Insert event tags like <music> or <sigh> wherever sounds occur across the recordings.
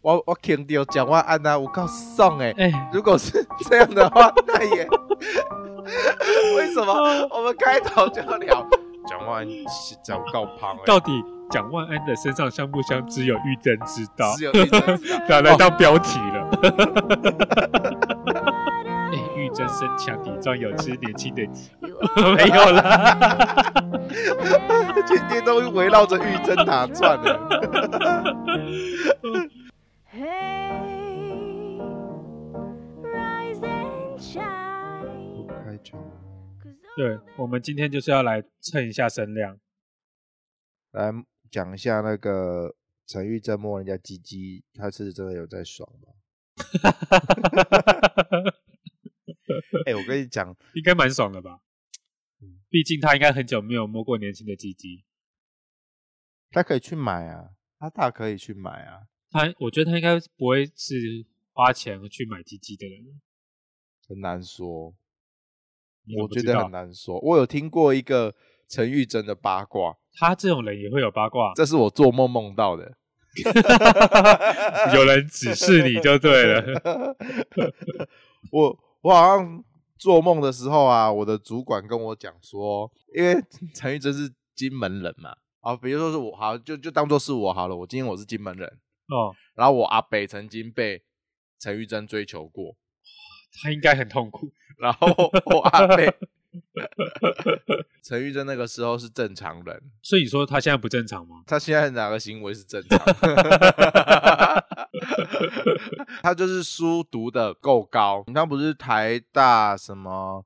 我我听到讲话安娜，我告送哎、哎、如果是这样的话，那也为什么我们开头就聊讲话安是讲告胖哎、到底蒋万安的身上香不香，只有玉珍知道，只有一个人拿来当标 <laughs> 题了。哎、玉珍身强体壮，有吃年轻 <laughs> 的鸡， <laughs> 没有啦。天天都围绕着玉珍打转的、 <laughs> Hey, rise and 不 shine. 开枪， Cause all 对，我们今天就是要来蹭一下声量。 <laughs> 来讲一下那个陈玉珍摸人家鸡鸡，他是真的有在爽吗？哎、我跟你讲，应该蛮爽的吧？毕竟他应该很久没有摸过年轻的鸡鸡，他可以去买啊，他大可以去买啊，他我觉得他应该不会是花钱去买鸡鸡的人。很难说，你怎我么觉知得道很难说。我有听过一个陈玉珍的八卦，他这种人也会有八卦，这是我做梦梦到的。有人指示你就对了。我我好像做梦的时候啊，我的主管跟我讲说，因为陈玉珍是金门人嘛，啊，比如说是我，好就就当做是我好了，我今天我是金门人，哦，然后我阿北曾经被陈玉珍追求过，他应该很痛苦。然后我我阿北。 <laughs> 陈玉珍那个时候是正常人，所以说他现在不正常吗？他现在哪个行为是正常？ <laughs> 他就是书读的够高，你看不是台大什么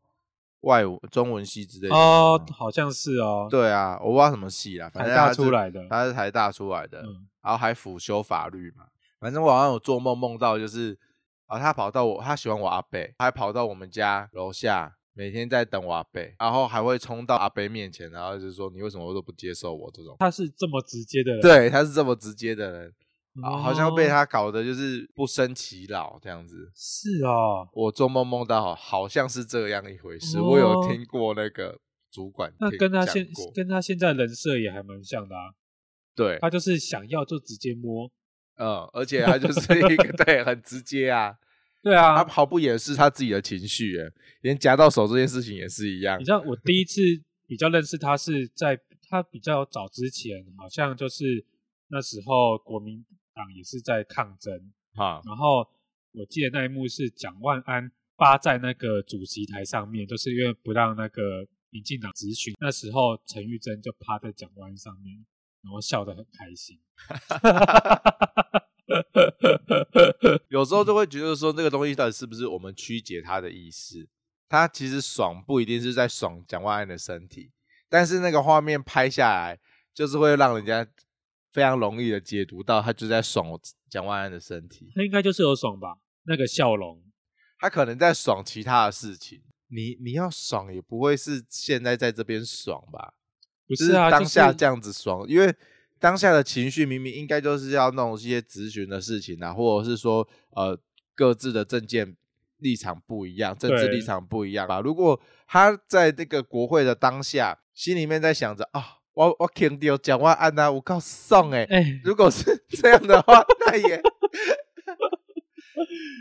外文中文系之类的哦吗，好像是哦，对啊，我不知道什么系啦，反台正大他是出，来的。他是台大出来的，嗯然后还辅修法律嘛。反正我好像有做梦梦到，就是啊，他跑到我，他喜欢我阿贝，还跑到我们家楼下，每天在等我阿贝，然后还会冲到阿贝面前，然后就说你为什么都不接受我这种。他是这么直接的人，对，他是这么直接的人，哦啊，好像被他搞得就是不生其扰这样子。是哦。我做梦梦到好好像是这样一回事，我有哦听过那个主管那听跟他讲现过跟他现在人设也还蛮像的啊，对，他就是想要就直接摸。嗯，而且他就是一个 <laughs> 对很直接啊，对啊，他毫不掩饰他自己的情绪耶，连夹到手这件事情也是一样你。知道我第一次比较认识他是在他比较早之前，好像就是那时候国民党也是在抗争，哈，然后我记得那一幕是蒋万安扒在那个主席台上面，就是因为不让那个民进党质询，那时候陈玉珍就趴在蒋万安上面，然后笑得很开心。 <laughs> 有时候就会觉得说这个东西到底是不是我们曲解他的意思？他其实爽不一定是在爽蒋万安的身体，但是那个画面拍下来，就是会让人家非常容易的解读到他就在爽我蒋万安的身体，他应该就是有爽吧，那个笑容。他可能在爽其他的事情。你你要爽也不会是现在在这边爽吧？不就是啊，当下就是这样子爽，因为当下的情绪明明应该就是要弄一些咨询的事情啊，或者是说呃各自的政见立场不一样，政治对立场不一样吧。啊如果他在这个国会的当下，心里面在想着啊，我我肯定有讲话安娜，我告送哎，哎、如果是这样的话，那也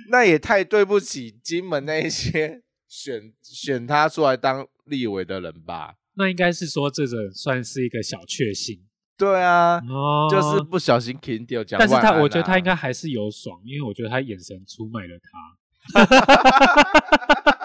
那也太对不起金门那一些 <laughs> 选选他出来当立委的人吧。那应该是说这种算是一个小确幸对啊，哦，就是不小心停掉讲、啊但是他，我觉得他应该还是有爽，因为我觉得他眼神出卖了他。 <laughs>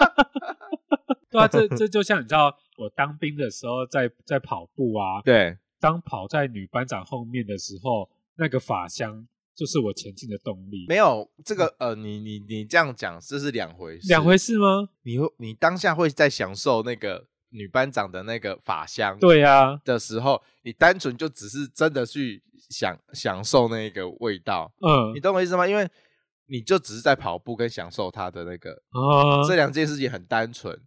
对啊，这这就像你知道，我当兵的时候在在跑步啊，对当跑在女班长后面的时候，那个法香就是我前进的动力。没有这个呃，你你你这样讲这是两回事，两回，事吗？你会你当下会在享受那个女班长的那个法香对啊，的时候，你单纯就只是真的去享享受那个味道，嗯你懂我意思吗？因为你就只是在跑步跟享受它的那个啊，这两件事情很单纯，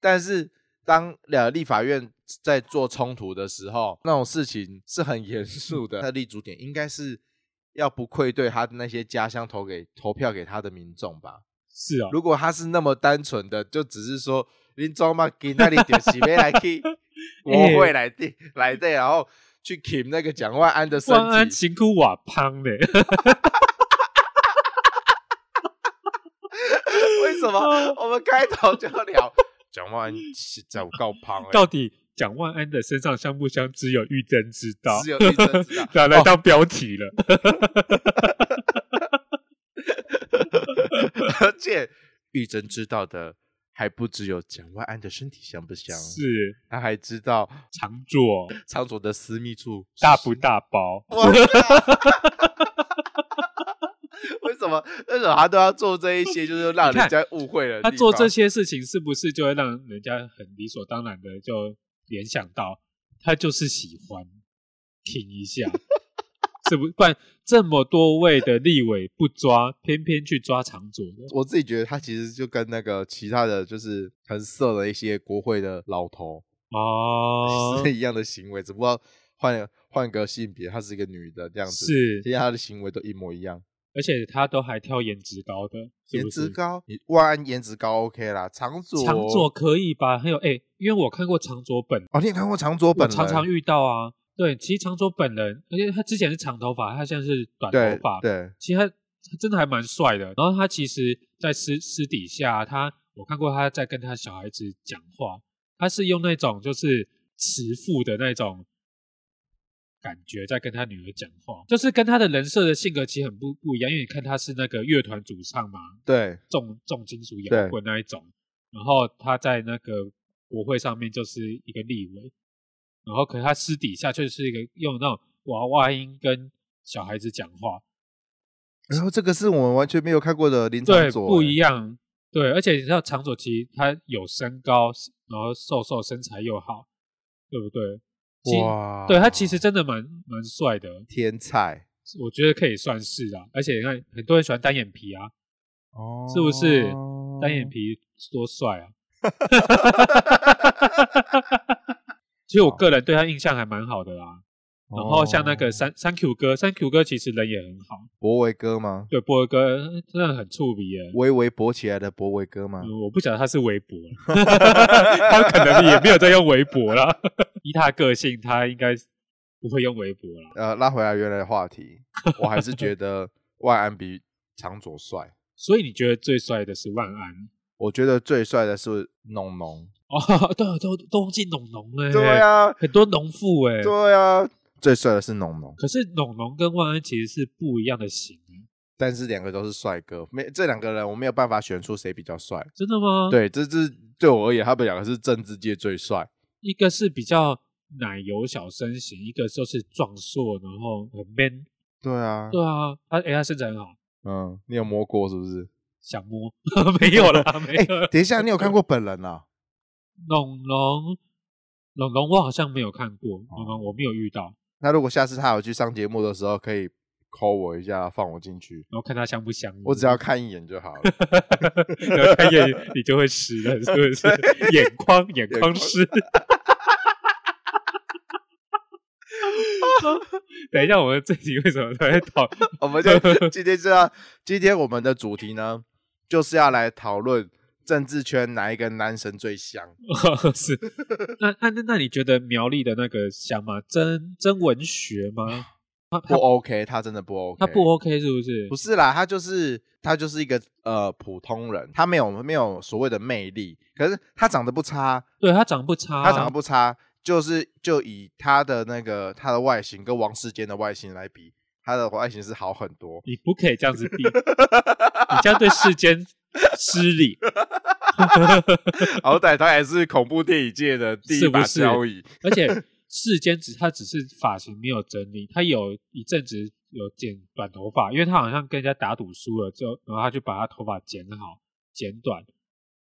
但是当呃立法院在做冲突的时候，那种事情是很严肃 <laughs> 的。那立足点应该是要不愧对他那些家乡投给投票给他的民众吧。是哦，如果他是那么单纯的，就只是说林中嘛给那里点席没来去 <laughs> 国会来地来的，然后去 k 那个蒋万安的身万安体，情哭瓦胖嘞，什 <laughs> 么？我们开头就要聊蒋万安是在我告 <laughs> 胖、欸，到底蒋万安的身上香不香，只有玉珍知道，只有玉珍 <laughs> 知道哦拿来当标题了。 <laughs> 而且玉珍知道的还不只有蒋万安的身体香不香，是他还知道 <laughs> 常做仓佐的私密处大不大包，我靠 <laughs> 为什么？为什么他都要做这一些，就是让你看人家误会了？他做这，些事情是不是就会让人家很理所当然的就联想到他就是喜欢挺一下， <laughs> 是不？不然这么多位的立委不抓，偏偏去抓常佐 <laughs> 的，我自己觉得他其实就跟那个其他的就是很色的一些国会的老头、哦，是一样的行为，只不过换换个性别，她是一个女的这样子，是其实她的行为都一模一样。而且他都还挑颜值高的，是颜不值是？高，你万安颜值高 OK 啦，长左长佐可以吧？还有哎、因为我看过长佐本，哦，你也看过长左本我人？常常遇到啊。对，其实长佐本人，而且他之前是长头发，他现在是短对头发，对，其实他他真的还蛮帅的。然后他其实，在私私底下，啊他我看过他在跟他小孩子讲话，他是用那种就是慈父的那种感觉在跟他女儿讲话，就是跟他的人设的性格其实很不不一样。因为你看他是那个乐团主唱嘛，对重重金属摇对滚那一种，然后他在那个国会上面就是一个立委，然后可是他私底下却是一个用那种娃娃音跟小孩子讲话，然后这个是我们完全没有看过的林欸对长，左，不一样。对，而且你知道长佐其实他有身高，然后瘦瘦，身材又好，对不对？其哇，哦对他其实真的蛮蛮帅的，天才我觉得可以算是啊。而且你看，很多人喜欢单眼皮啊，哦是不是单眼皮多帅 <laughs> 啊！其实我个人对他印象还蛮好的啦。然后像那个哦三三 Q 哥，三 Q 哥其实人也很好，博维哥吗？对波哥呃真的很触鼻耶。微微勃起来的博维哥吗？嗯我不晓得他是微博，他可能也没有在用微博啦。依他个性，他应该不会用微博啦。呃，拉回来原来的话题，我还是觉得万安比长左帅。所以你觉得最帅的是万安？我觉得最帅的是农农，哦，对，都都忘记农农了。欸对，啊，很多农妇哎。对啊，最帅的是农农，可是农农跟万安其实是不一样的型欸，但是两个都是帅哥，没这两个人我没有办法选出谁比较帅。真的吗？，对，这这对我而言，他们两个是政治界最帅。一个是比较奶油小身型，一个就是壮硕，然后很 man。对啊，对啊，他哎、他身材很好，嗯，你有摸过是不是？想摸 <laughs> 没有啦，没哎、有。等一下，你有看过本人啊？龙龙，龙龙，我好像没有看过，哦龙龙我没有遇到，那如果下次他有去上节目的时候，可以 call 我一下，放我进去，然后看他香不香。我只要看一眼就 <laughs> 好了。然后看眼，你就会湿了，是不是？眼眶，眼眶眶湿。 <laughs> 等一下，我们这集为什么都在讨？我们就今天就要，今天我们的主题呢，就是要来讨论政治圈哪一个男神最香。是，那那那那你觉得苗栗的那个香吗？真真文学吗？不 OK，他啊真的不 OK，它不 OK 是不是？哎不是啦，他就是他就是一个呃普通人，他没有没有所谓的魅力，可是他长得不差，对，它长不差，他长得不差，就是就以他的那个他的外形跟王世坚的外形来比，他的外形是好很多。你不可以这样子 <laughs> 比，你这样对世间失礼。好歹他也是恐怖电影界的第一是不把是交椅， <laughs> 而且世间只他只是发型没有整理，他有一阵子有剪短头发，因为他好像跟人家打赌输了之后，然后他就把他头发剪好剪短，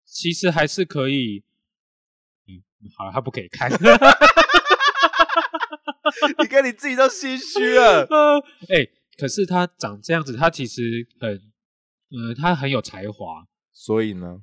其实还是可以。嗯，好了，他不给 <laughs> 看。哎你跟你自己都心虚了。 <laughs> 哎、可是他长这样子，他其实很，呃，他很有才华。所以呢， <laughs>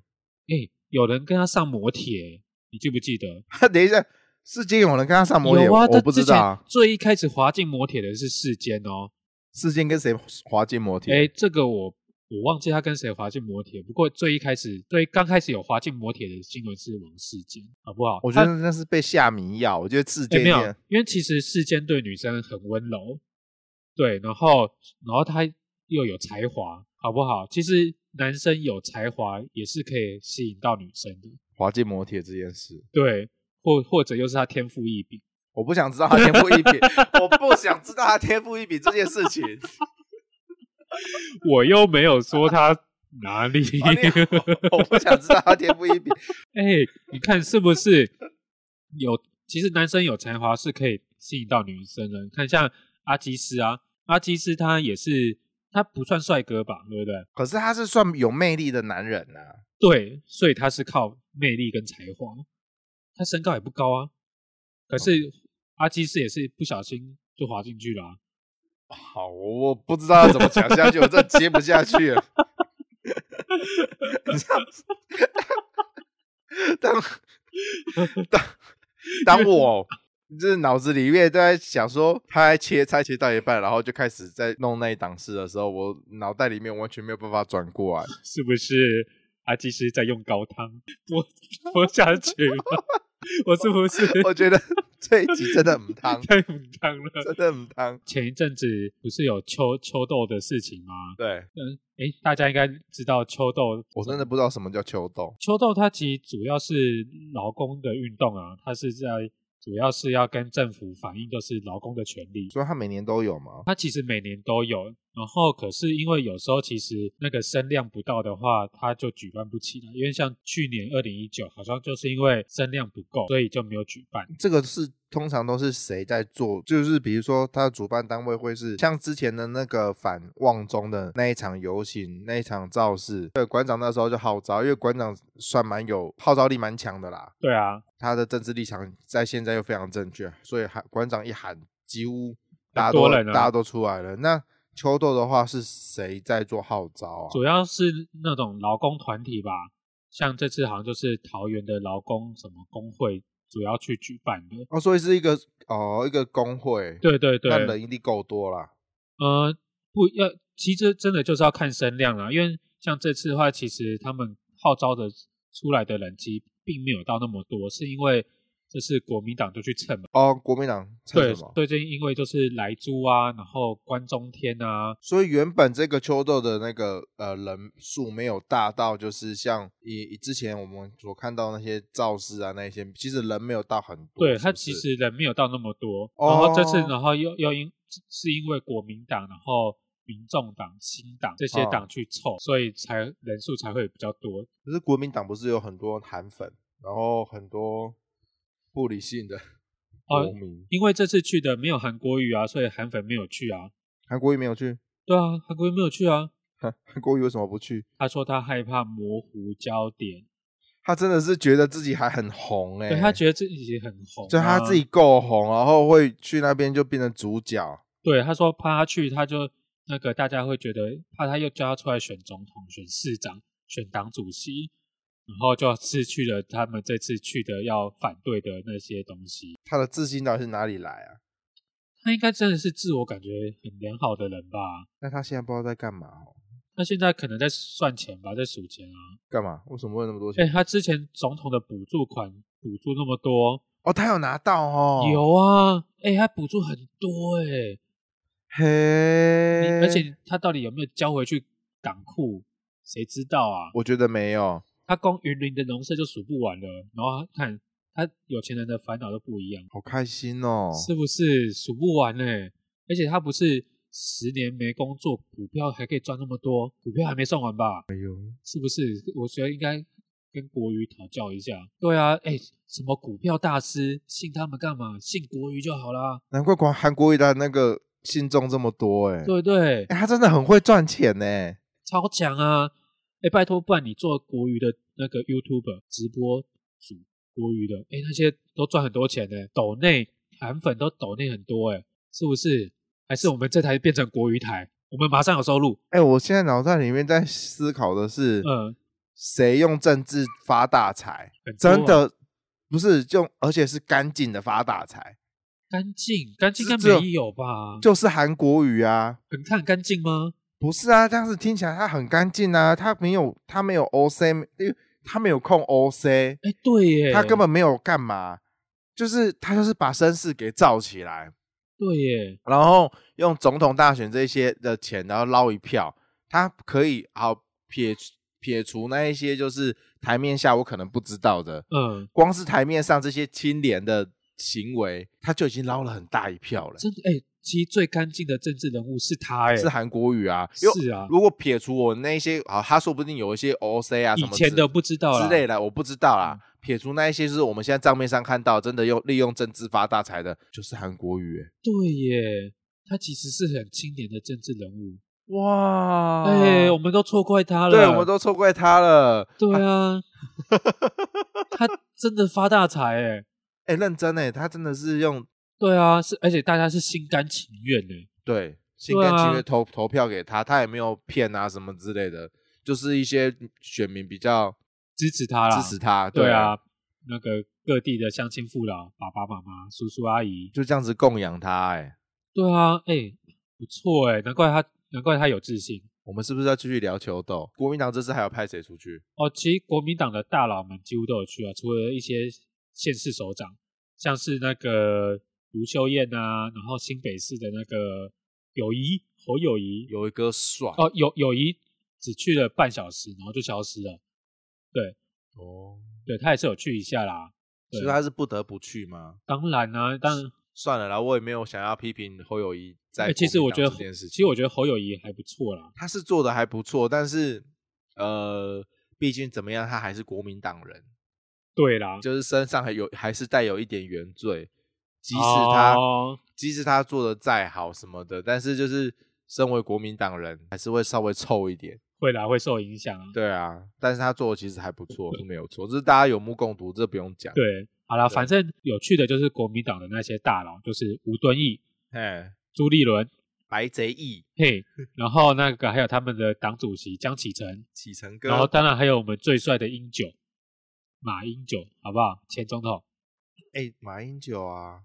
哎、有人跟他上摩铁，你记不记得？等一下，世间有人跟他上摩铁，有啊，我他不之知前道啊。最一开始滑进摩铁的是世间哦，世间跟谁滑进摩铁？哎，这个我我忘记他跟谁滑进摩铁，不过最一开始最刚开始有滑进摩铁的新闻是王世坚，好不好？我觉他得那是被下迷药。我觉得世哎间没有也，因为其实世间对女生很温柔，对，然后然后他又有才华，好好不好？其实男生有才华也是可以吸引到女生的，滑进磨铁这件事，对，或或者又是他天赋异禀。 <laughs> 我不想知道他天赋异禀，我不想知道他天赋异禀这件事 <laughs> 情。我又没有说他哪里，啊你我不想知道他天赋异禀。哎、你看是不是有？其实男生有才华是可以吸引到女生的。你看像阿基斯啊，阿基斯他也是，他不算帅哥吧，对不对？可是他是算有魅力的男人呐、对，所以他是靠魅力跟才华，他身高也不高啊，可是阿基斯也是不小心就滑进去了、啊。好，我我不知道要怎么讲下去，我真的接不下去了。你知道当当当我就是脑子里面都在想说，他在切菜切到一半，然后就开始在弄那一档事的时候，我脑袋里面完全没有办法转过来。是不是阿基师在用高汤 <laughs> 播播下去了？ <laughs> 我是不是我觉得这一集真的很汤，太母汤了？真的很汤。前一阵子不是有秋秋豆的事情吗？对嗯，诶，大家应该知道秋豆，我真的不知道什么叫秋豆。秋豆它其实主要是劳工的运动啊，它是在主要是要跟政府反映就是劳工的权利。所以他每年都有吗？它其实每年都有，然后可是因为有时候其实那个声量不到的话，它就举办不起来。因为像去年二零一九，好像就是因为声量不够，所以就没有举办。这个是通常都是谁在做？就是比如说，他的主办单位会是像之前的那个反旺中的那一场游行，那一场造势，对馆长那时候就号召，因为馆长算蛮有号召力，蛮强的啦。对啊，他的政治立场在现在又非常正确，所以喊馆长一喊，几乎大家很都多人啊大家都出来了。那秋豆的话是谁在做号召啊？主要是那种劳工团体吧，像这次好像就是桃园的劳工什么工会主要去举办的。哦，所以是一个哦一个工会，对对对，那人一定够多啦。呃，不要，其实真的就是要看声量啦，因为像这次的话，其实他们号召的出来的人其实并没有到那么多，是因为就是国民党就去蹭嘛。哦，国民党称对什么？，最近因为就是莱猪啊，然后关中天啊，所以原本这个秋豆的那个呃人数没有大到，就是像以以之前我们所看到那些造势啊那些，其实人没有到很多。对是他不其是实人没有到那么多。哦然后这次，然后又又因是因为国民党，然后民众党、新党这些哦党去凑，所以才人数才会比较多。可是国民党不是有很多韩粉，然后很多不理性的 <laughs> 哦国民，因为这次去的没有韩国瑜啊，所以韩粉没有去啊。韩国瑜没有去，对啊，韩国瑜没有去啊。韩国瑜为什么不去？他说他害怕模糊焦点，他真的是觉得自己还很红哎、对他觉得自己很红、啊，就他自己，够红，然后会去那边就变成主角。对他说怕他去，他就那个大家会觉得怕他又叫他出来选总统、选市长、选党主席，然后就失去了他们这次去的要反对的那些东西。他的自信到底是哪里来啊？他应该真的是自我感觉很良好的人吧？那他现在不知道在干嘛哦？他现在可能在算钱吧，在数钱啊。干嘛？为什么会有那么多哎、钱？他之前总统的补助款补助那么多，哦，他有拿到哦，有啊，哎、他补助很多哎、嘿你，而且他到底有没有交回去党库，谁知道啊？我觉得没有，他光云林的农舍就数不完了，然后他看他有钱人的烦恼都不一样，好开心哦。是不是数不完呢、而且他不是十年没工作，股票还可以赚那么多，股票还没算完吧？哎呦，是不是？我觉得应该跟国瑜讨教一下。对啊，哎、什么股票大师，信他们干嘛？信国瑜就好啦，难怪国韩国瑜的那个信众这么多哎、对不对？哎、他真的很会赚钱呢、超强啊！哎、拜托，不然你做国语的那个 YouTube 直播主国语的，哎、那些都赚很多钱呢、抖内韩粉都抖内很多哎、是不是？还是我们这台变成国语台，我们马上有收入。哎、我现在脑袋里面在思考的是，嗯，谁用政治发大财？很多啊真的不是就，而且是干净的发大财，干净，干净应只有该没有吧？就是韩国瑜啊。很看干净吗？不是啊，但是听起来他很干净啊，他没有他没有 OC，因为他没有控 OC，哎、对耶，他根本没有干嘛，就是他就是把绅士给造起来，对耶，然后用总统大选这些的钱，然后捞一票，他可以好撇除撇除那一些就是台面下我可能不知道的，嗯，光是台面上这些清廉的行为，他就已经捞了很大一票了。真的哎、其实最干净的政治人物是他哎、是韩国语啊，因为是啊如果撇除我那一些啊，他说不定有一些 OC 啊什以么前之的不知道啦之类的，我不知道啦。撇除那一些，就是我们现在账面上看到，真的用利用政治发大财的，就是韩国语、欸。对耶，他其实是很清廉的政治人物。哇哎、我们都错怪他哦了。对，我们都错怪他了。对 <laughs> 啊，他真的发大财哎。哎、认真哎、他真的是用对啊，是而且大家是心甘情愿哎。对心甘情对啊愿投、投票给他，他也没有骗啊什么之类的，就是一些选民比较支持他啦。支持他，对对，啊，那个各地的乡亲父老、爸爸妈妈、叔叔阿姨，就这样子供养他哎、对啊，哎、不错哎、难怪他，难怪他有自信。我们是不是要继续聊球斗？国民党这次还要派谁出去？哦，其实国民党的大佬们几乎都有去啊，除了一些县市首长，像是那个卢秀燕啊，然后新北市的那个友谊侯友谊，有一个帅哦友友谊只去了半小时，然后就消失了。哦，对他也是有去一下啦，所对以他是不啊得不去吗？当然啊，当然，算了啦，我也没有想要批评侯友谊在哎国其实民我党觉得这侯，件事其情，实我觉得侯友谊还不错啦。他是做的还不错，但是呃，毕竟怎么样，他还是国民党人，对啦，就是身上还有还是带有一点原罪，即使他、哦即使他做的再好什么的，但是就是身为国民党人，还是会稍微臭一点。会啦，会受影响啊。对啊，但是他做的其实还不错，是没有错，这是大家有目共睹，这不用讲。，对，好啦，对反正有趣的就是国民党的那些大佬，就是吴敦义、哎，朱立伦，白贼义 <laughs> 嘿，然后那个还有他们的党主席江启臣，启程哥，然后当然还有我们最帅的英九马英九，好不好？前总统，哎、马英九啊，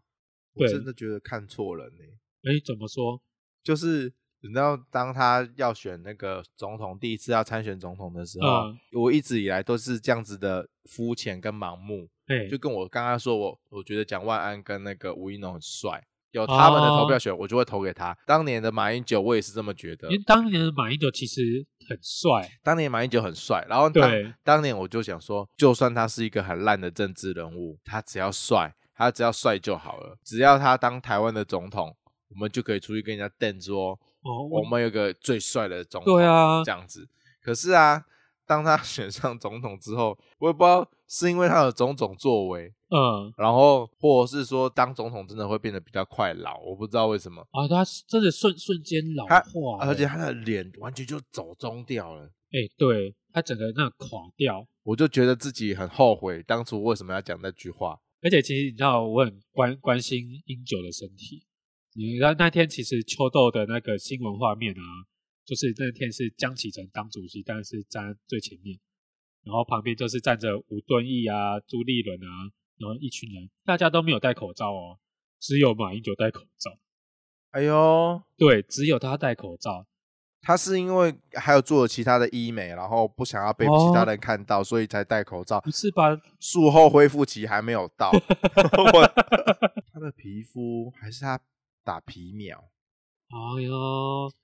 我对真的觉得看错人呢、哎，怎么说？就是你知道，当他要选那个总统，第一次要参选总统的时候，嗯我一直以来都是这样子的肤浅跟盲目，哎，就跟我刚刚说我，我觉得蒋万安跟那个吴一农很帅，有他们的投哦票权，我就会投给他。当年的马英九，我也是这么觉得因为。当年的马英九其实很帅，当年马英九很帅，然后当对当年我就想说，就算他是一个很烂的政治人物，他只要帅，他只要帅就好了，只要他当台湾的总统，我们就可以出去跟人家瞪说，哦，我们有个最帅的总统，对啊这，样子。可是啊，当他 <laughs> 选上总统之后，我也不知道是因为他的种种作为，嗯，然后或者是说当总统真的会变得比较快老，我不知道为什么，啊，他真的瞬瞬间老他化欸，而且他的脸完全就走中掉了。哎，对他整个那垮掉，我就觉得自己很后悔当初为什么要讲那句话。而且其实你知道，我很关关心英九的身体。你知道那天其实秋豆的那个新闻画面啊，就是那天是江启臣当主席，但是站在最前面，然后旁边就是站着吴敦义啊、朱立伦啊，然后一群人，大家都没有戴口罩哦，只有马英九戴口罩。哎呦，对，只有他戴口罩。他是因为还有做了其他的医美，然后不想要被其他人看到，所以才戴口罩哦不。是吧？术后恢复期还没有 <laughs> 到， <laughs> 我他的皮肤还是他打皮秒，哎呦，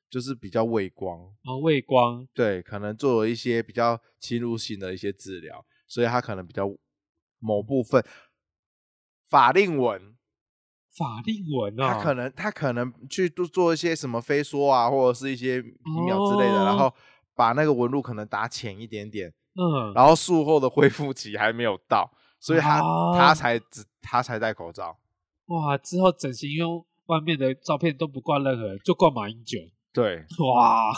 就是比较畏光，啊，畏光，对，可能做了一些比较侵入性的一些治疗，所以他可能比较某部分法令纹，法令纹啊、他可能他可能去做做一些什么飞梭啊，或者是一些皮秒之类的，然哦后把那个纹路可能打浅一点点，嗯，然后术后的恢复期还没有到，所以他、哦他才只他才戴口罩。哇，之后整形用外面的照片都不挂任何人，就挂马英九。对，哇，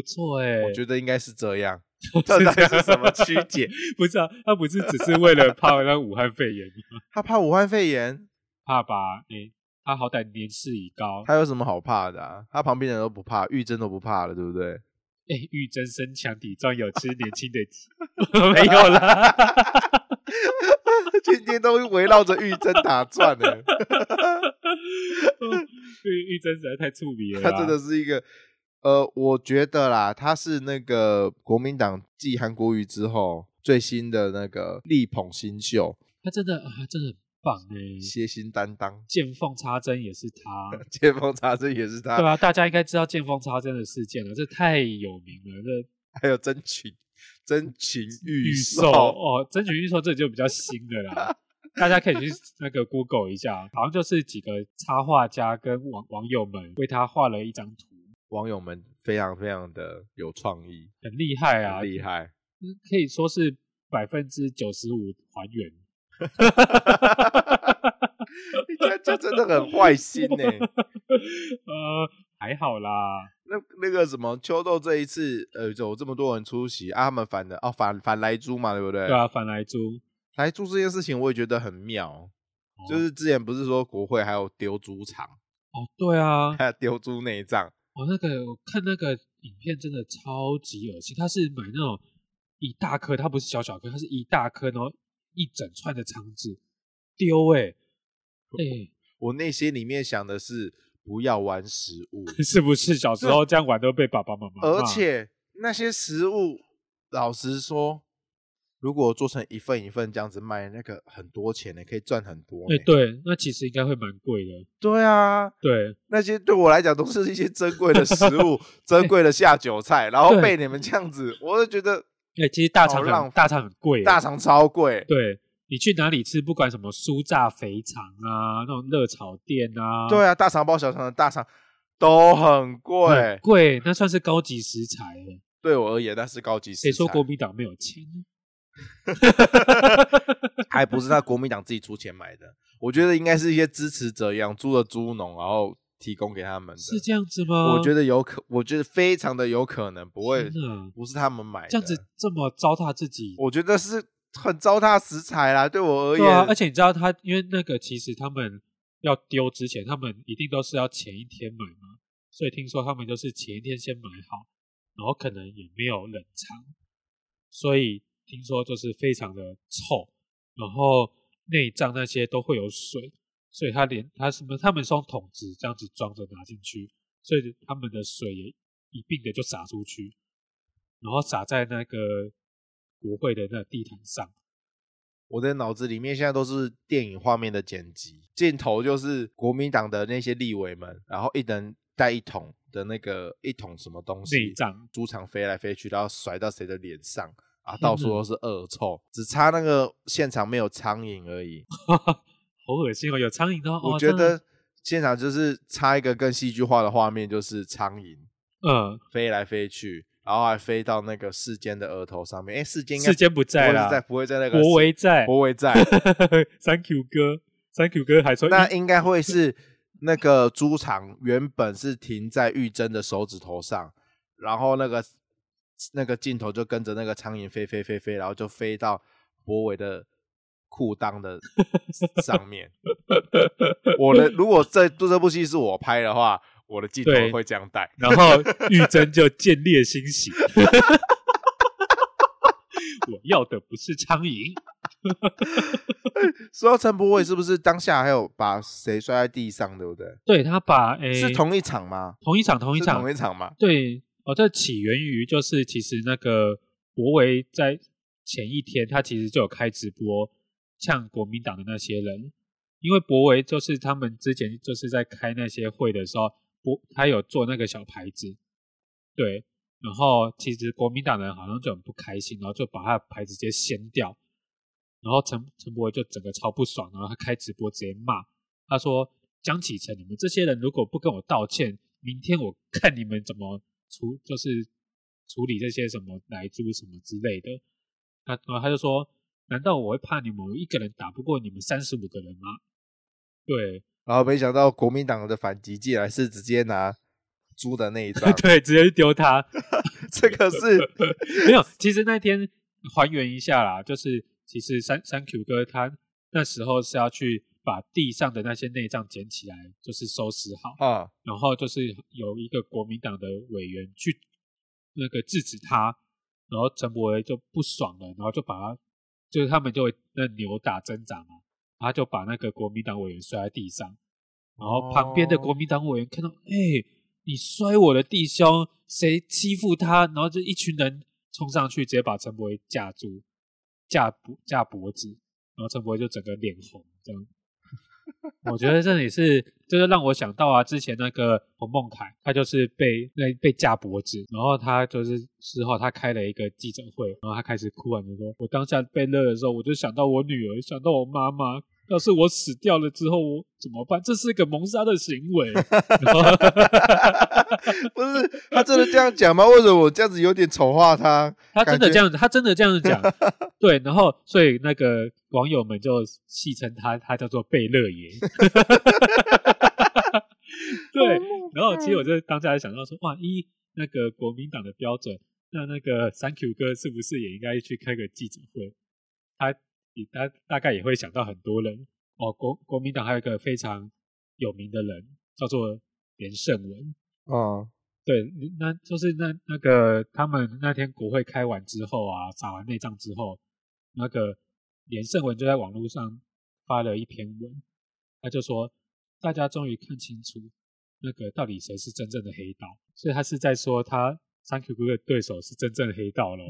<laughs> 错哎、我觉得应该是这 <laughs> 样。我这到底是什么曲解？ <laughs> 不是啊，他不是只是为了怕那武汉肺炎吗？他怕武汉肺炎，怕吧？哎、他好歹年事已高，他有什么好怕的、啊？他旁边的人都不怕，玉珍都不怕了，对不对？ <laughs> 哎、玉珍身强体壮，有吃年轻的 <laughs> 鸡， <laughs> 没有啦。今天都围绕着玉珍打转呢、 <laughs> 玉玉珍实在太触鼻了啦，他真的是一个，呃，我觉得啦，他是那个国民党继韩国瑜之后最新的那个力捧新秀，他真的啊，真的很棒哎、谐星担当，见缝插针也是他， <laughs> 见缝插针也是对他，啊，大家应该知道见缝插针的事件了，这太有名了，这还有真情真情预预售哦，争取预售这就比较新的啦，大家可以去那个 Google 一下，好像就是几个插画家跟网网友们为他画了一张图， <laughs> 网友们非常非常的有创意，很厉害啊，很厉，害。可以说是百分之九十五还原。你 <laughs> <laughs> 这这真的 <laughs> 很坏心欸呢、呃，还好啦，那那个什么秋豆这一次，呃，有这么多人出席啊，他们反的哦，反反来猪嘛，对不对？对啊，反来猪来猪这件事情，我也觉得很妙。哦就是之前不是说国会还有丢猪场， <laughs> 哦，对啊，还有丢猪内脏，我哦那个我看那个影片真的超级恶心，他是买那种一大颗，它不是小小颗，它是一大颗，然后一整串的肠子丢哎、欸、哎、我内心里面想的是不要玩食物， <laughs> 是不是小时候这样玩都被爸爸妈妈骂？而且那些食物，老实说，如果做成一份一份这样子卖，那个很多钱呢，可以赚很多呢。哎、对，那其实应该会蛮贵的，对啊，对，那些对我来讲都是一些珍贵的食 <laughs> 物，珍贵的下酒菜，然后对被你们这样子，我就觉得哎、其实大好肠浪很费大肠很贵欸、大肠超贵。对。你去哪里吃，不管什么酥炸肥肠啊，那种热炒店啊，对啊，大肠包小肠的大肠都很贵。很贵，那算是高级食材欸。对我而言，那是高级食材。谁说国民党没有钱呢？还不是那国民党自己出钱买的？我觉得应该是一些支持者养猪的猪农，然后提供给他们的。是这样子吗？我觉得有可，我觉得非常的有可能不会天，哪不是他们买的。这样子，这么糟蹋自己，我觉得是很糟蹋食材啦。对我而对言，啊，而且你知道他，因为那个其实他们要丢之前，他们一定都是要前一天买嘛，所以听说他们都是前一天先买好，然后可能也没有冷藏，所以听说就是非常的臭，然后内脏那些都会有水，所以他连他什么他们是用桶子这样子装着拿进去，所以他们的水也一并的就洒出去，然后洒在那个国会的那个地毯上。我的脑子里面现在都是电影画面的剪辑，镜头就是国民党的那些立委们，然后一人带一桶的那个一桶什么东西内，脏猪肠飞来飞去，然后甩到谁的脸上啊，哪到处都是恶臭，只差那个现场没有苍蝇而已。好恶心哦，有苍蝇的哦。我真觉的得现场就是差一个更戏剧化的画面，就是苍蝇嗯，飞来飞去，然后还飞到那个世间的额头上面。哎，世间应该世间不不在会啦，是在不会在那个国维在，国维在， <laughs> 三 Q 哥，三 Q 哥还说那一 <laughs> 应该会是那个猪肠原本是停在玉珍的手指头上，然后那个那个镜头就跟着那个苍蝇飞飞飞飞，然后就飞到博伟的裤裆 <laughs> 的上面。我的如果这这部戏是我拍的话，我的镜头对。会这样带然后玉珍就见猎心喜， <laughs> 我要的不是苍蝇，说到陈博伟，是不是当下还有把谁摔在地上，对不对？对他把诶、是同一场吗？同一场同一是场同一场吗？对，哦，这起源于就是其实那个博维在前一天他其实就有开直播呛国民党的那些人，因为博维就是他们之前就是在开那些会的时候，博他有做那个小牌子，对，然后其实国民党人好像就很不开心，然后就把他的牌子直接掀掉，然后陈陈博维就整个超不爽，然后他开直播直接骂，他说：“江启臣，你们这些人如果不跟我道歉，明天我看你们怎么处，就是处理这些什么来猪什么之类的。”那然后他就说：“难道我会怕你们我一个人打不过你们三十五个人吗？”对，然后没想到国民党的反击竟然是直接拿猪的那一张 <laughs> 对，直接丢他。 <laughs> 这个是没有，其实那天还原一下啦，就是其实三三 Q 哥他那时候是要去把地上的那些内脏捡起来，就是收拾好。啊，然后就是有一个国民党的委员去那个制止他，然后陈伯维就不爽了，然后就把他就是他们就会那扭打挣扎嘛，他就把那个国民党委员摔在地上，然后旁边的哦国民党委员看到，哎、你摔我的弟兄，谁欺负他？然后就一群人冲上去，直接把陈伯维架住，架脖架脖子，然后陈伯维就整个脸红这样。这样。 <laughs> 我觉得这也是，就是让我想到啊，之前那个彭孟凯，他就是被那被架脖子，然后他就是事后他开了一个记者会，然后他开始哭啊，就说：“我当下被勒的时候，我就想到我女儿，想到我妈妈。要是我死掉了之后，我怎么办？这是一个谋杀的行 <laughs> 为。然后”不是他真的这样讲吗？ <laughs> 为什么我这样子有点丑化他？他真感的觉这样，他真的这 <laughs> 样讲，对，然后所以那个网友们就戏称他，他叫做贝勒 <laughs> 爷。 <laughs> 对，然后其实我就当下就想到说，哇，一那个国民党的标准，那那个三 Q 哥是不是也应该去开个记者会？他也他大概也会想到很多人哦。国国民党还有一个非常有名的人叫做连胜文，嗯，对，那就是那那个他们那天国会开完之后啊，打完内仗之后，那个连胜文就在网络上发了一篇文，他就说大家终于看清楚那个到底谁是真正的黑道，所以他是在说他三 Q 哥的对手是真正的黑道咯，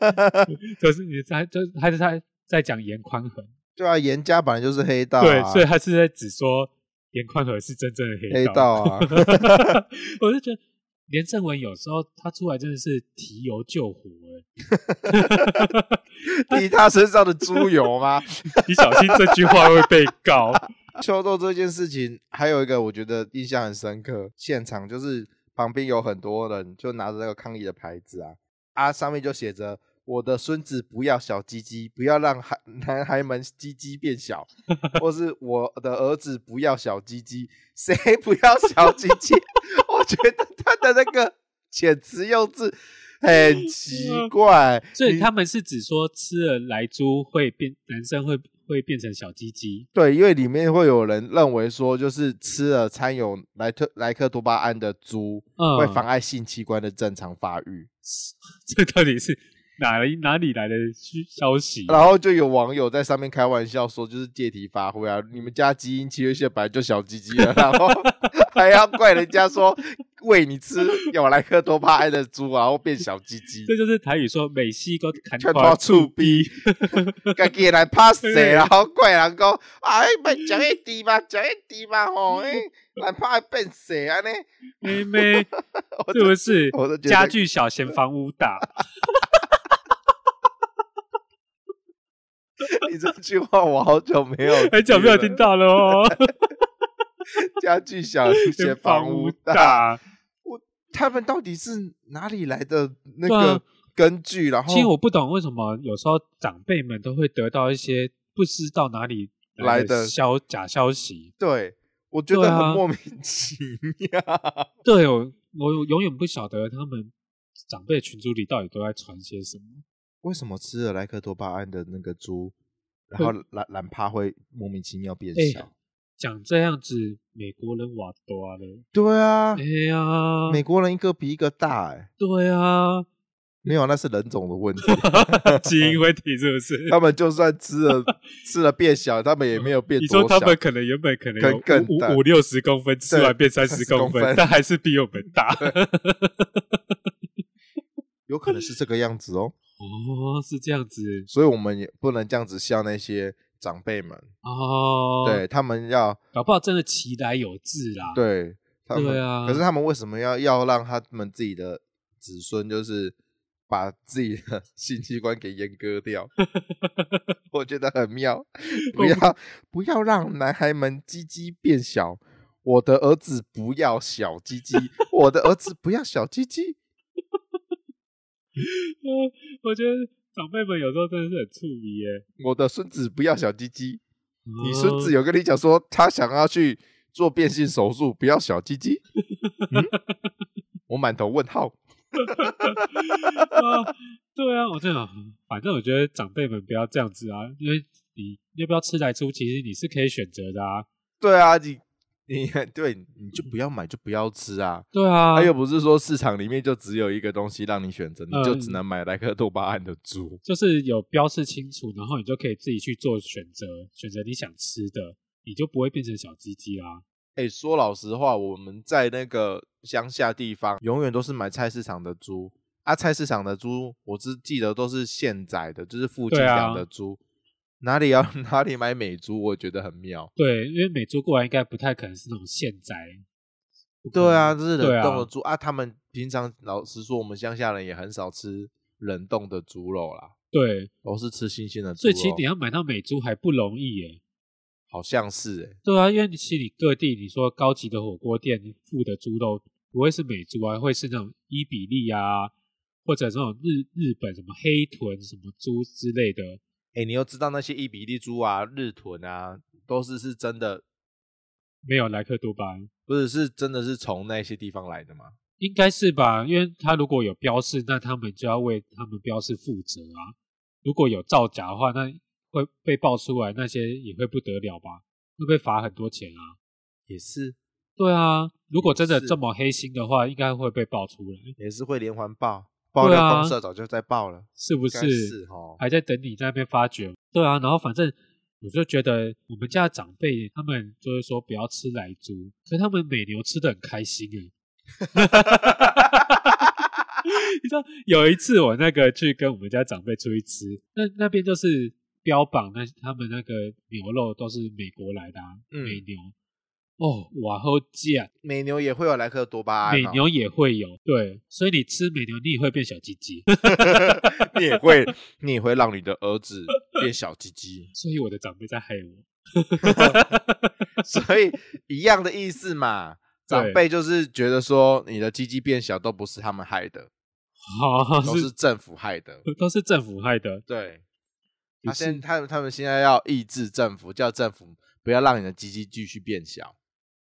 <laughs> 就是你在就是他是在在讲严宽恒， <laughs> 对啊，严家本来就是黑道、啊，对，所以他是在只说严宽和是真正的黑黑道啊 <laughs> 我就觉得连胜文有时候他出来真的是提油救火、欸滴他身上的猪油吗？哎， <laughs> 你小心这句话会被告。秋豆这件事情，还有一个我觉得印象很深刻，现场就是旁边有很多人就拿着那个抗议的牌子啊，啊，上面就写着“我的孙子不要小鸡鸡，不要让孩男孩们鸡鸡变小”，或是“我的儿子不要小鸡鸡，谁不要小鸡鸡”， <laughs> 我觉得他的那个遣词用字很奇怪，所以他们是只说吃了来猪会变男生会会变成小鸡鸡，对，因为里面会有人认为说，就是吃了掺有莱特莱克多巴胺的猪，嗯会妨碍性器官的正常发育。这到底是哪里哪里来的虚消息？然后就有网友在上面开玩笑说，就是借题发挥啊，你们家基因缺陷本来就小鸡鸡了，然 <laughs> 后还要怪人家说喂你吃有莱克多巴胺的猪，然后变小鸡鸡，这就是台语说美西哥砍全瓜抓醋逼，自己来拍死，然后怪人讲，哎，别食迄猪肉，食迄猪肉吼，哎，来拍会变色安尼。妹妹， <laughs> 我是不是我都觉得家具小嫌房屋大？你这句话我好久没有很久没有听了。到 <laughs> 了哦。家具小，嫌房屋大。大，他们到底是哪里来的那对啊个根据？然后其实我不懂为什么有时候长辈们都会得到一些不知道哪里来的消假消息。对我觉对得啊很莫名其妙。 <laughs> 对我，我永远不晓得他们长辈群组里到底都在传些什么。为什么吃了莱克多巴胺的那个猪，然后懒懒趴会莫名其妙变哎小？讲这样子，美国人瓦多啊嘞！对啊哎，呀，美国人一个比一个大哎、对 <laughs> 啊，没有，那是人种的问 <laughs> 题。基因问题是不是？他们就算吃 <laughs> 了吃了变小，他们也没有变你多小。说他们可能原本可能有更更五大五五六十公分，吃完变三十公30公分分，但还是比我们大。有可能是这个样子哦。哦，是这样子所以我们也不能这样子笑那些长辈们，哦。对他们要搞不好真的其来有自啦。，对他们对啊可是他们为什么要要让他们自己的子孙就是把自己的 <laughs> 性器官给阉割掉？我觉得很妙，不要不要让男孩们鸡鸡变小。我的儿子不要小鸡鸡，我的儿子不要小鸡鸡。 <laughs> 我觉得长辈们有时候真的是很触迷耶。哦我的孙子不要小鸡鸡。嗯你孙子有有跟你讲说他想要去做变性手术，不要小鸡鸡？嗯、我满头问号。啊？对啊，我真的，反正我觉得长辈们不要这样子啊，因为你要不要吃来猪，其实你是可以选择的啊。对啊，你 <laughs> 你对你就不要买，就不要吃啊。对啊，他、又不是说市场里面就只有一个东西让你选择，你就嗯只能买莱克多巴胺的猪。就是有标示清楚，然后你就可以自己去做选择，选择你想吃的，你就不会变成小鸡鸡啦。哎、说老实话，我们在那个乡下地方，永远都是买菜市场的猪啊。菜市场的猪，我只记得都是现宰的，就是附近对啊养的猪。哪里要 <laughs> 哪里买美珠，我觉得很妙。对，因为美猪过来应该不太可能是那种现宰，不可对啊，能这是对冷冻啊的猪啊他们平常老实说，我们乡下人也很少吃冷冻的猪肉啦，对，都是吃新鲜的猪所肉。以其实你要买到美猪还不容易耶。好像是哎、对啊，因为其实你各地你说高级的火锅店你付的猪肉不会是美猪啊，会是那种伊比利啊，或者那种日日本什么黑豚什么猪之类的。哎、你又知道那些伊比利猪啊、日豚啊，都是是真的，没有莱克多巴胺，不是是真的是从那些地方来的吗？应该是吧？因为它如果有标示，那他们就要为他们标示负责啊。如果有造假的话，那会被爆出来，那些也会不得了吧？会被罚很多钱啊。也是，对啊，如果真的是这么黑心的话，应该会被爆出来，也是会连环爆，爆对料啊公社早就在爆了，是啊不不是哦，还在等你在那边发掘。对啊，然后反正我就觉得我们家的长辈他们就是说不要吃奶猪，可他们美牛吃的很开心哎、 <laughs> 你知道有一次我那个去跟我们家长辈出去吃，那那边就是标榜那他们那个牛肉都是美国来的、啊嗯美牛。哦，哇好贱， <laughs> 美牛也会有莱克多巴胺、哦美牛，也会有，对，所以你吃美牛，你也会变小鸡鸡。 <laughs> <laughs> 你也会，你也会让你的儿子变小鸡鸡，所以我的长辈在害我。 <laughs> 所以一样的意思嘛。长对辈就是觉得说，你的鸡鸡变小都不是他们害的，哦，都是政府害的。都是政府害的。 <laughs> 对，也他现是他们他们现在要抑制政府，叫政府不要让你的鸡鸡继续变小，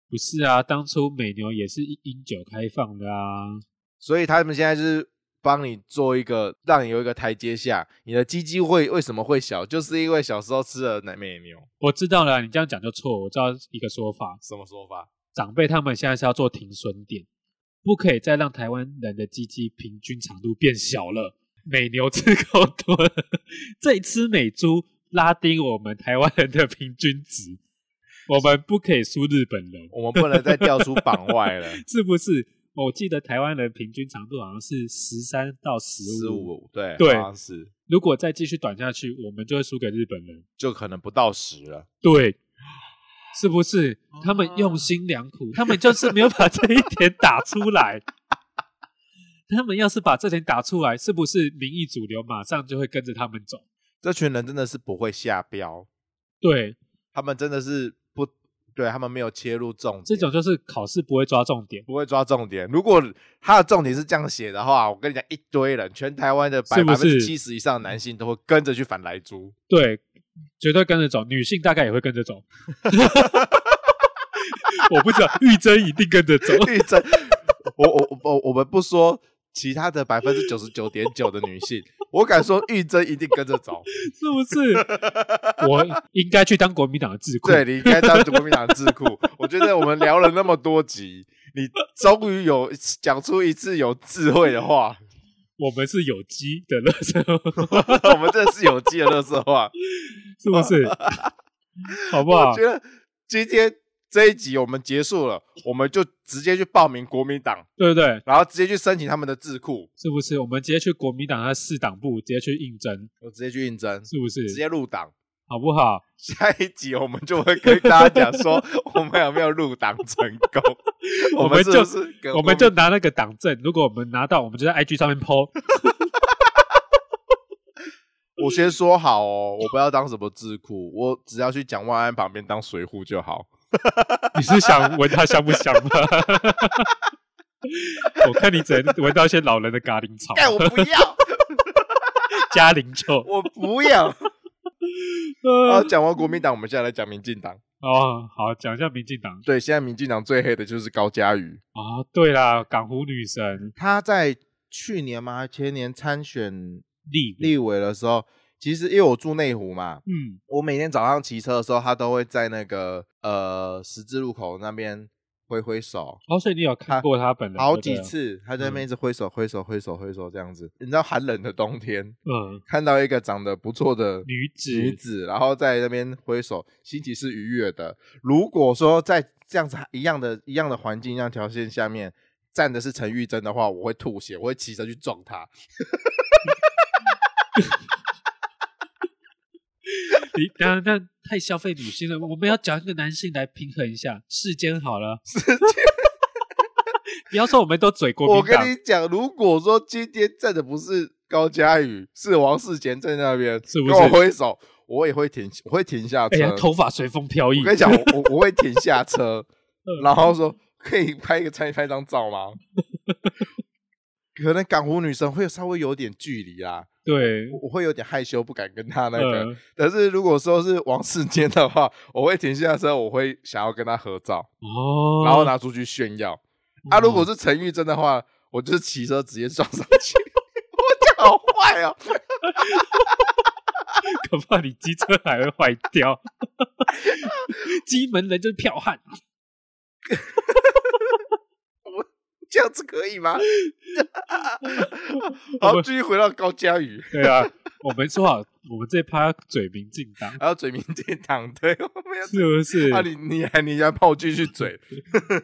不是啊？当初美牛也是一英九开放的啊。所以他们现在就是帮你做一个，让你有一个台阶下。你的鸡鸡会为什么会小，就是因为小时候吃了奶美牛。我知道了，你这样讲就错。我知道一个说法，什么说法？长辈他们现在是要做停损点，不可以再让台湾人的鸡鸡平均长度变小了。美牛吃够多了，这吃美猪拉低我们台湾人的平均值，我们不可以输日本人，我们不能再掉出榜外 <laughs> 了。是不是？我记得台湾人平均长度好像是十三到十十五，五对对好像是如果再继续短下去，我们就会输给日本人。就可能不到十了。对，是不是？他们用心良苦，他们就是没有把这一点打出来。他们要是把这点打出来，是不是民意主流马上就会跟着他们走？这群人真的是不会下标，对，他们真的是不对，他们没有切入重点。这种就是考试不会抓重点，不会抓重点。如果他的重点是这样写的话，我跟你讲，一堆人，全台湾的百是不百分之是七十以上的男性都会跟着去反莱猪。 <laughs> 对，绝对跟着走。女性大概也会跟着走。 <laughs> 我不知道，玉珍一定跟着走。玉珍，我我我我们不说其他的百分之九十九点九的女性，我敢说玉珍一定跟着走。是不是？我应该去当国民党的智库。对，你应该当国民党智库。我觉得我们聊了那么多集，你终于有讲出一次有智慧的话。 <laughs> 我们是有机的乐色，我们真的是有机的乐色话。 <laughs> 是不是？ <laughs> 好不好我觉？得今天这一集我们结束 <laughs> 了，我们就直接去报名国民党，对不对？然后直接去申请他们的智库，是不是？我们直接去国民党的市党部直接去应征，我直接去应征，是不是直？接入党。好不好？下一集我们就会跟大家讲 <laughs> 说我们有没有入党成功，我们们是就不是跟我们就拿那个党证，如果我们拿到，我们就在 IG 上 <laughs> 面 PO。我先说好哦，我不要当什么智库，我只要去蒋万安旁边当水户就 <laughs> 好。你是想闻它香不香吗？ <laughs> 我看你只能闻到一些老人的咖喱草、哎，我不要，嘉陵臭。 <laughs> 我不 <laughs> 要。然后讲完国民党，我们现在来讲民进党。哦，好，讲一下民进党。对，现在民进党最黑的就是高嘉瑜。哦，对啦，港湖女神他在去年嘛，还前年参嗯选立委，立委的时候，其实因为我住内湖嘛，嗯，我每天早上骑车的时候，他都会在那个呃十字路口那边挥挥手，哦，所以你有看过她本人好对不对嗯几，次，他在那边一直挥手、挥手、挥手、挥手这样子。你知道寒冷的冬天，嗯，看到一个长得不错的女子女子，然后在那边挥手，心情是愉悦的。如果说在这样子一样的一样的环境、一样条件下面站的是陈玉珍的话，我会吐血，我会骑车去撞她。你当然但太消费女性了，我们要讲一个男性来平衡一下世间好了。世间， <laughs> 不要说我们都嘴国我民跟党，你讲，如果说今天站的不是高佳宇，是王世贤站在那边，是不跟我是挥手，我也会停，我会停下哎车。呀，头发随风飘逸我。跟你讲，我我我会停下车 <laughs> 嗯，然后说可以拍一个拍拍张照 <laughs> 吗？可能港湖女生会稍微有点距离啊，对，我我会有点害羞，不敢跟她那个。呃，但是如果说是王世坚的话，我会停下车，我会想要跟他合照，哦，然后拿出去炫耀。啊，如果是陈玉珍的话，我就是骑车直接撞上去。 <laughs> 我讲好坏哦，可怕，你机车还会坏掉。 <laughs> 机门人就是剽悍，这样子可以吗？ <laughs> 好，继续回到高佳宇，对啊， <laughs> 我们说好，我们这趴嘴民进党，还有嘴民进党， <laughs> 对，我们要是不是？啊，你你还你还帮我继续嘴，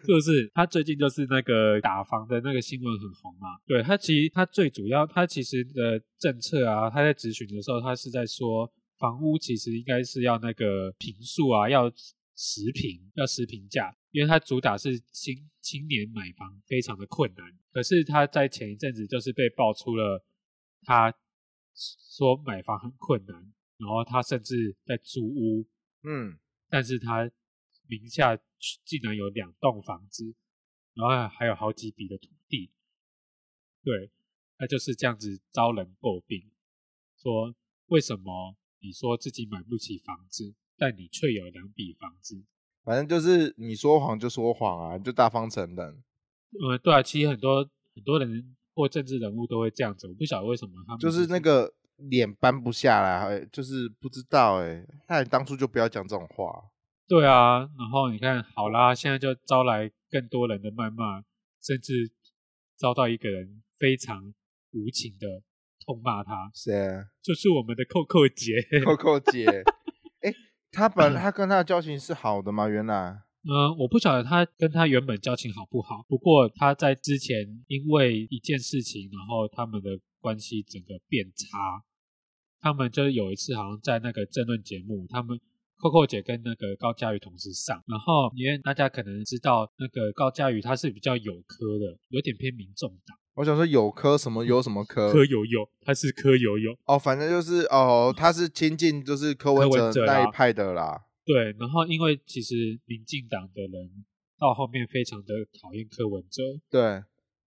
就是他最近就是那个打房的那个新闻很红嘛。对他其实他最主要他其实的政策啊，他在咨询的时候，他是在说房屋其实应该是要那个平数啊，要实平，要实平价，因为他主打是青青年买房非常的困难。可是他在前一阵子就是被爆出了他说买房很困难，然后他甚至在租屋 <laughs> 嗯，但是他名下竟然有两栋房子，然后还有好几笔的土地，对，他就是这样子遭人诟病，说为什么你说自己买不起房子，但你却有两笔房子？反正就是你说谎就说谎啊，你就大方承认，呃，对啊，其实很多很多人或政治人物都会这样子，我不晓得为什么他们就是那个脸搬不下来，哎就是不知道哎、那你当初就不要讲这种话，对啊，然后你看，好啦，现在就招来更多人的谩骂，甚至遭到一个人非常无情的痛骂他，谁啊？就是我们的扣扣姐。扣扣姐，哎、她本她跟她的交情是好的吗？原来，嗯，我不晓得她跟她原本交情好不好，不过她在之前因为一件事情，然后他们的关系整个变差。他们就是有一次好像在那个争论节目，他们扣扣姐跟那个高佳宇同时上，然后因为大家可能知道那个高佳宇他是比较有科的，有点偏民众党，我想说有科什嗯么有什么科柯有有，他是柯有有。哦，反正就是哦，她是亲近就是柯文柯哲文哲那一啦派的啦，对，然后因为其实民进党的人到后面非常的讨厌柯文哲，对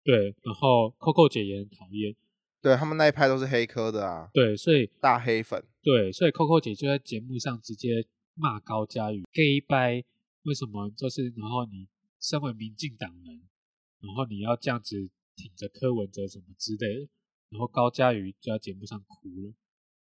对，然后 Coco 姐也很讨厌，对，他们那一派都是黑科的啊，对，所以大黑粉，对，所以 Coco 姐就在节目上直接骂高嘉瑜 gay 掰，为什么？就是然后你身为民进党人，然后你要这样子挺着柯文哲什么之类的，然后高嘉瑜就在节目上哭了，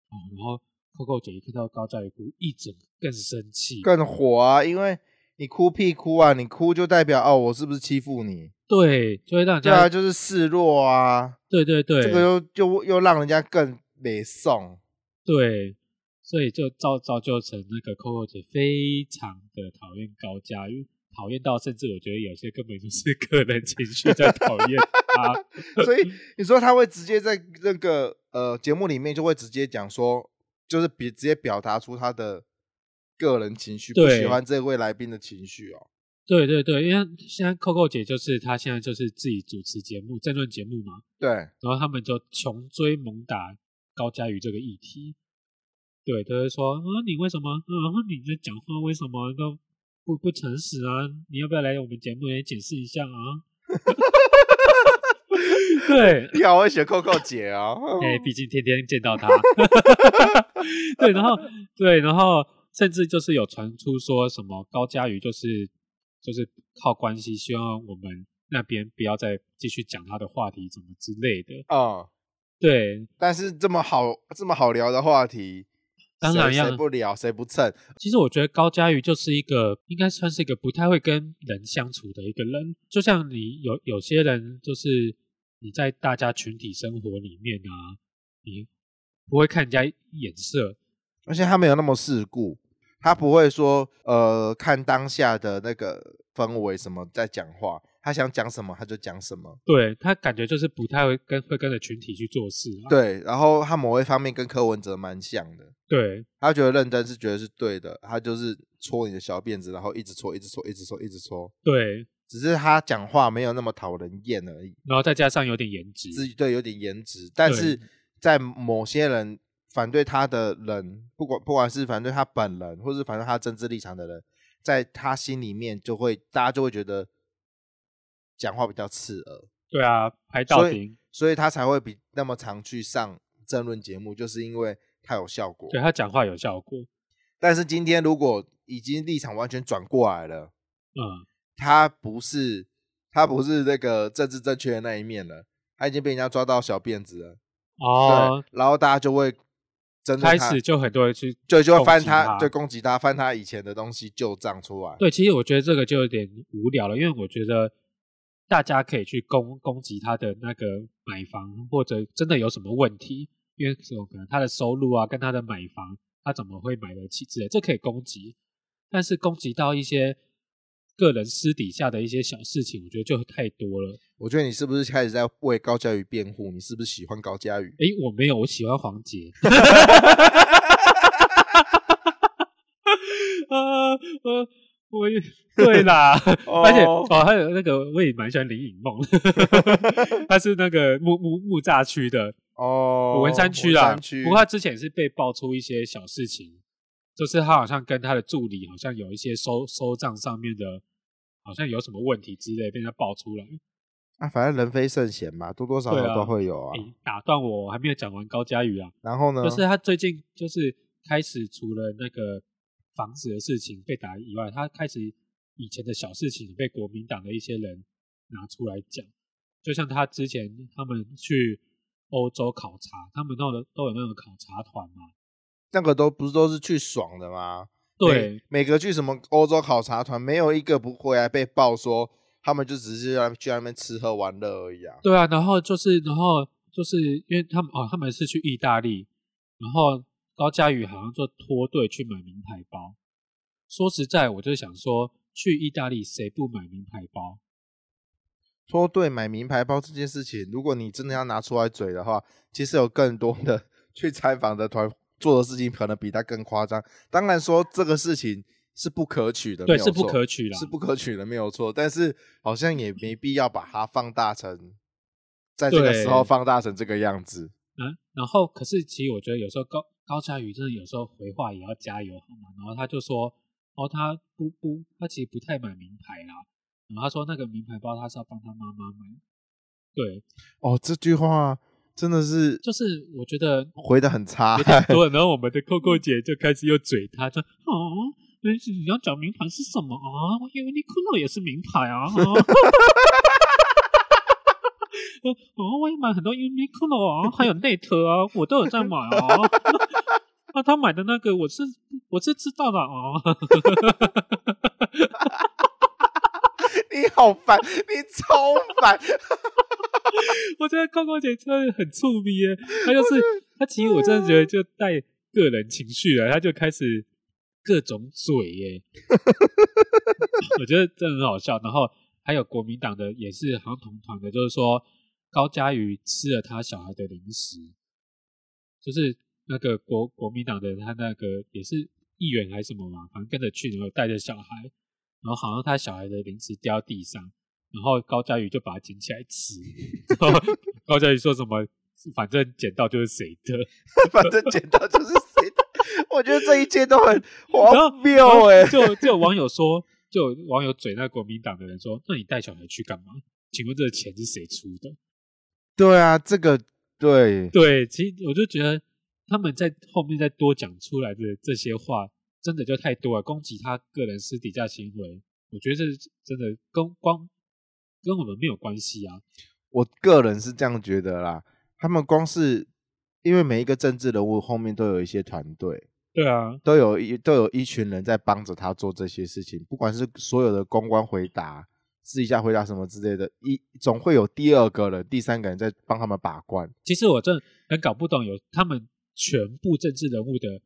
哦，然后 Coco 姐一看到高嘉瑜哭，一整个更生气，更火啊，因为你哭屁哭啊，你哭就代表哦，我是不是欺负你？对，就会让人对啊，家就是示弱啊，对对对，这个又就又让人家更没送。对，所以就造造就成那个 Coco 姐非常的讨厌高佳瑜，讨厌到甚至我觉得有些根本就是 <laughs> 个人情绪在讨厌她。 <laughs> 所以你说他会直接在那个呃节目里面就会直接讲说，就是比直接表达出他的个人情绪，不喜对欢这位来宾的情绪哦。对对对，因为现在 Coco 姐就是她现在就是自己主持节目争论节目嘛，对，然后他们就穷追猛打高佳瑜这个议题。对，都会说啊，你为什么？啊，你的讲话为什么都不不诚实啊？你要不要来我们节目来解释一下啊？ <laughs> 对，你好会学 Coco 姐 <laughs> 哦。哎、毕竟天天见到他， <laughs> 对，然后对，然后甚至就是有传出说什么高佳瑜就是就是靠关系，希望我们那边不要再继续讲他的话题，怎么之类的。嗯，对，但是这么好这么好聊的话题，当然谁要谁不聊谁不蹭，其实我觉得高佳瑜就是一个应该算是一个不太会跟人相处的一个人，就像你有有些人就是你在大家群体生活里面啊，你不会看人家眼色，而且他没有那么世故，他不会说呃看当下的那个氛围什么在讲话，他想讲什么他就讲什么。对他感觉就是不太会跟会跟着群体去做事啊。对，然后他某一方面跟柯文哲蛮像的，对他觉得认真是觉得是对的，他就是搓你的小辫子，然后一直搓，一直搓，一直搓，一直搓，对，只是他讲话没有那么讨人厌而已，然后再加上有点颜值，自己对有点颜值，但对是在某些人反对他的人，不管不管是反对他本人，或是反对他政治立场的人，在他心里面就会大家就会觉得讲话比较刺耳，对啊，拍到所顶以，所以他才会比那么常去上政论节目，就是因为他有效果。对他讲话有效果，但是今天如果已经立场完全转过来了，嗯，他不是他不是那个政治正确的那一面了，他已经被人家抓到小辫子了，哦，对，然后大家就会针对开他始就很多人去就就会翻攻击他，他对攻击他，翻他以前的东西旧账出来。对，其实我觉得这个就有点无聊了，因为我觉得大家可以去攻攻击他的那个买房，或者真的有什么问题，因为什么可能他的收入啊，跟他的买房，他怎么会买得起之类，这可以攻击。但是攻击到一些个人私底下的一些小事情，我觉得就太多了。我觉得你是不是开始在为高嘉瑜辩护？你是不是喜欢高嘉瑜？诶，我没有，我喜欢黄杰。啊，我我也对啦，而且哦哦，还有那个我也蛮喜欢林颖梦， <laughs> 他是那个木木木栅区的哦，文山区啦文山。区不过他之前也是被爆出一些小事情，就是他好像跟他的助理好像有一些收收账上面的，好像有什么问题之类被他爆出来。啊，反正人非圣贤嘛，多多少对少啊都会有啊。诶，打断我，我还没有讲完高佳宇啊。然后呢？就是他最近就是开始除了那个房子的事情被打以外，他开始以前的小事情被国民党的一些人拿出来讲，就像他之前他们去欧洲考察，他们都有都有那种考察团嘛，那个都不是都是去爽的吗？对每，每个去什么欧洲考察团，没有一个不回来被爆说他们就只是在去那边吃喝玩乐而已啊。对啊，然后就是然后就是因为他们哦，他们是去意大利，然后高佳宇好像就脱队去买名牌包。说实在，我就想说，去意大利谁不买名牌包？脱队买名牌包这件事情，如果你真的要拿出来嘴的话，其实有更多的去采访的团做的事情，可能比他更夸张。当然说这个事情是不可取的，对，没有是不错可取啦。是不可取的，没有错。但是好像也没必要把它放大成在这个时候对放大成这个样子。嗯，然后可是其实我觉得有时候高高佳宇真的有时候回话也要加油好吗？然后他就说，哦，他不不，他其实不太买名牌啦。然后他说那个名牌包他是要帮他妈妈买。对，哦，这句话真的是就是我觉得回的很差有。点多了。然后我们的扣扣姐就开始又嘴他，说哦。但是你要讲名牌是什么啊？我以为你 u 也是名牌啊！啊哦，哦我也买很多 Uniqlo 啊，还有内特啊，我都有在买啊。 <laughs> 那他买的那个，我是我是知道的啊。你好烦，你超烦。 <laughs> 我觉得高高姐真的很触迷耶，她就是她，其实我真的觉得就带个人情绪了，她就开始各种嘴耶， <laughs> 我觉得真的很好笑。然后还有国民党的也是好像同团的，就是说高嘉瑜吃了他小孩的零食，就是那个国国民党的他那个也是议员还是什么嘛，反正跟着去，然后带着小孩，然后好像他小孩的零食掉地上。然后高佳宇就把它捡起来吃。 <laughs> 然后高佳宇说什么？反正捡到就是谁的。反正捡到就是谁的。我觉得这一切都很荒然谬后哎、就就有网友说，就有网友嘴那国民党的人说：“那你带小孩去干嘛？请问这个钱是谁出的对啊，这个对？”，对，其实我就觉得他们在后面再多讲出来的这些话，真的就太多了，攻击他个人私底下行为，我觉得这真的跟光跟我们没有关系啊。我个人是这样觉得啦。他们光是因为每一个政治人物后面都有一些团队，对啊，都有一都有一群人在帮着他做这些事情，不管是所有的公关回答、私底下回答什么之类的，一总会有第二个人、第三个人在帮他们把关。其实我真的很搞不懂，有他们全部政治人物的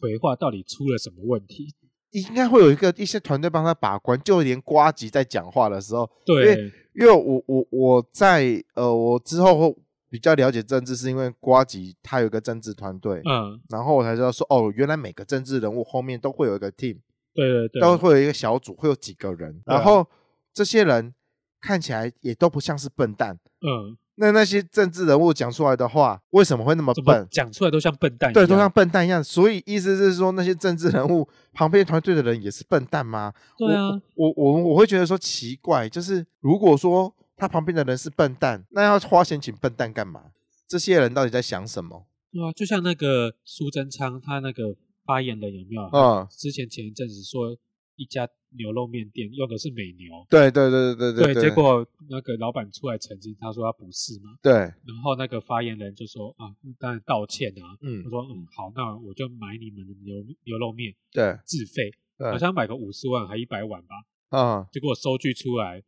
回话到底出了什么问题？应该会有一个一些团队帮他把关，就连瓜吉在讲话的时候，对，因为我我我在呃，我之后会比较了解政治，是因为瓜吉他有一个政治团队，嗯，然后我才知道说，哦，原来每个政治人物后面都会有一个 team，对对对，都会有一个小组，会有几个人，对啊然后这些人看起来也都不像是笨蛋。嗯，那那些政治人物讲出来的话，为什么会那么怎么笨？讲出来都像笨蛋一样？对，都像笨蛋一样。所以意思是说，那些政治人物旁边团队的人也是笨蛋吗？对啊，我我我我会觉得说奇怪，就是如果说他旁边的人是笨蛋，那要花钱请笨蛋干嘛？这些人到底在想什么？对啊，就像那个苏贞昌他那个发言人有没有？嗯，之前前一阵子说一家牛肉面店用的是美牛，对对对对对对，结果那个老板出来澄清，他说他不是嘛，对，然后那个发言人就说啊，当然道歉啊，嗯他，说嗯好，那我就买你们的牛牛肉面对自费，对好，像买个五十万还一百万吧，嗯，结果收据出来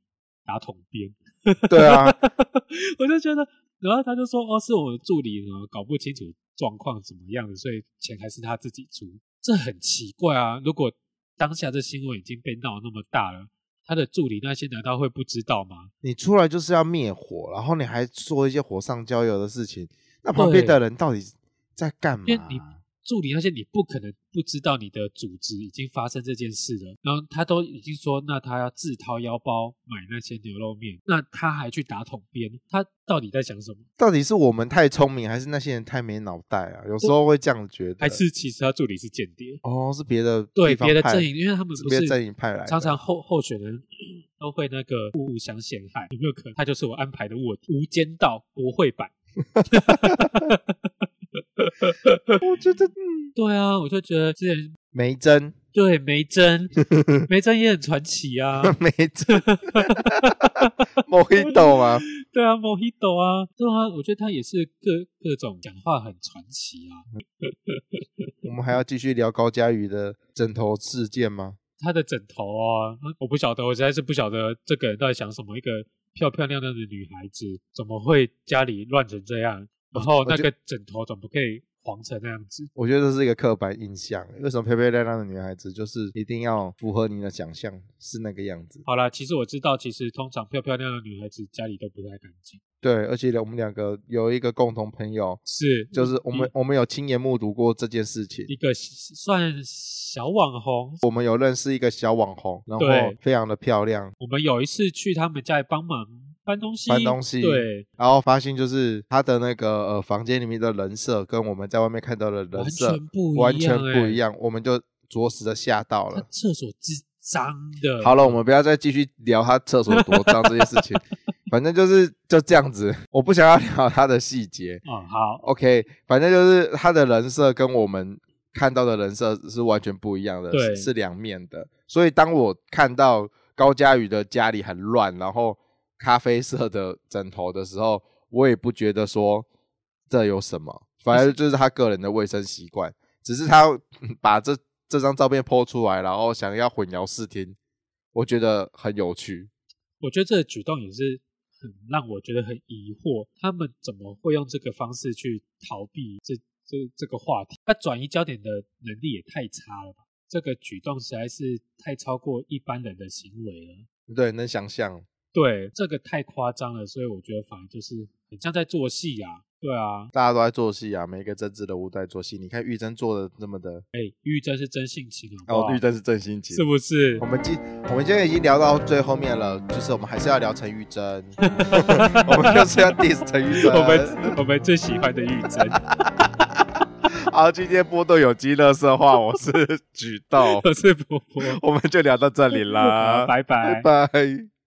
打桶边，对啊， <laughs> 我就觉得，然后他就说哦是我的助理呢搞不清楚状况怎么样的，所以钱还是他自己出，这很奇怪啊！如果当下这新闻已经被闹那么大了，他的助理那些难道会不知道吗？你出来就是要灭火，然后你还做一些火上浇油的事情，那旁边的人到底在干嘛因为你？助理那些你不可能不知道你的组织已经发生这件事了，然后他都已经说，那他要自掏腰包买那些牛肉面，那他还去打桶边，他到底在想什么？到底是我们太聪明，还是那些人太没脑袋啊？有时候会这样觉得，还是其实他助理是间谍？哦，是别的对地方别的派阵营，因为他们不别是的阵营派来的，常常候候选人都会那个互相陷害，有没有可能他就是我安排的卧底？无间道国会版。 <laughs> 我觉得嗯，对啊，我就觉得之前梅珍，对 <laughs> 梅珍，梅珍也很传奇啊。梅 <laughs> 珍，莫一豆吗？对啊，Mojito 啊，对啊，我觉得他也是各各种讲话很传奇啊。我们还要继续聊高佳瑜的枕头事件吗？他的枕头啊，我不晓得，我实在是不晓得这个人到底想什么。一个漂漂亮亮的女孩子，怎么会家里乱成这样？然后那觉个枕头怎么可以黄成那样子？我觉得这是一个刻板印象。为什么漂漂亮亮的女孩子就是一定要符合你的想象是那个样子？好啦，其实我知道，其实通常漂漂亮亮的女孩子家里都不太干净，对，而且我们两个有一个共同朋友，是就是我们我们有亲眼目睹过这件事情。一个算小网红。我们有认识一个小网红，然后对非常的漂亮，我们有一次去他们家里帮忙搬东西，搬东西对，然后发现就是她的那个呃房间里面的人设跟我们在外面看到的人完设全不一样、欸，完全不一。样，我们就着实的吓到他了。厕所之脏 <laughs> 的，好了，我们不要再继续聊他厕所多脏这件事 <laughs> 情，反正就是就这样子，我不想要聊他的细节。嗯，好， OK，反正就是他的人设跟我们看到的人设是完全不一样的，对是是两面的。所以当我看到高佳宇的家里很乱，然后咖啡色的枕头的时候，我也不觉得说这有什么，反正就是他个人的卫生习惯，只是他把这这张照片剖出来，然后想要混淆视听，我觉得很有趣。我觉得这个举动也是很让我觉得很疑惑，他们怎么会用这个方式去逃避这这这个话题？他转移焦点的能力也太差了吧！这个举动实在是太超过一般人的行为了。对，能想象。对，这个太夸张了，所以我觉得反而就是很像在做戏啊。对啊，大家都在做戏啊，每一个政治人物都在做戏。你看玉珍做的那么的，玉哎珍是真性情好不哦好，玉珍是真心情是。不是我？们今我们现在已经聊到最后面了，就是我们还是要聊陈玉珍， <laughs> 我们就是要 diss 陈玉珍。我们我们最喜欢的玉珍，好，今天波豆有机乐色话，我是举豆，我是婆婆。我们就聊到这里好啦，拜拜拜拜。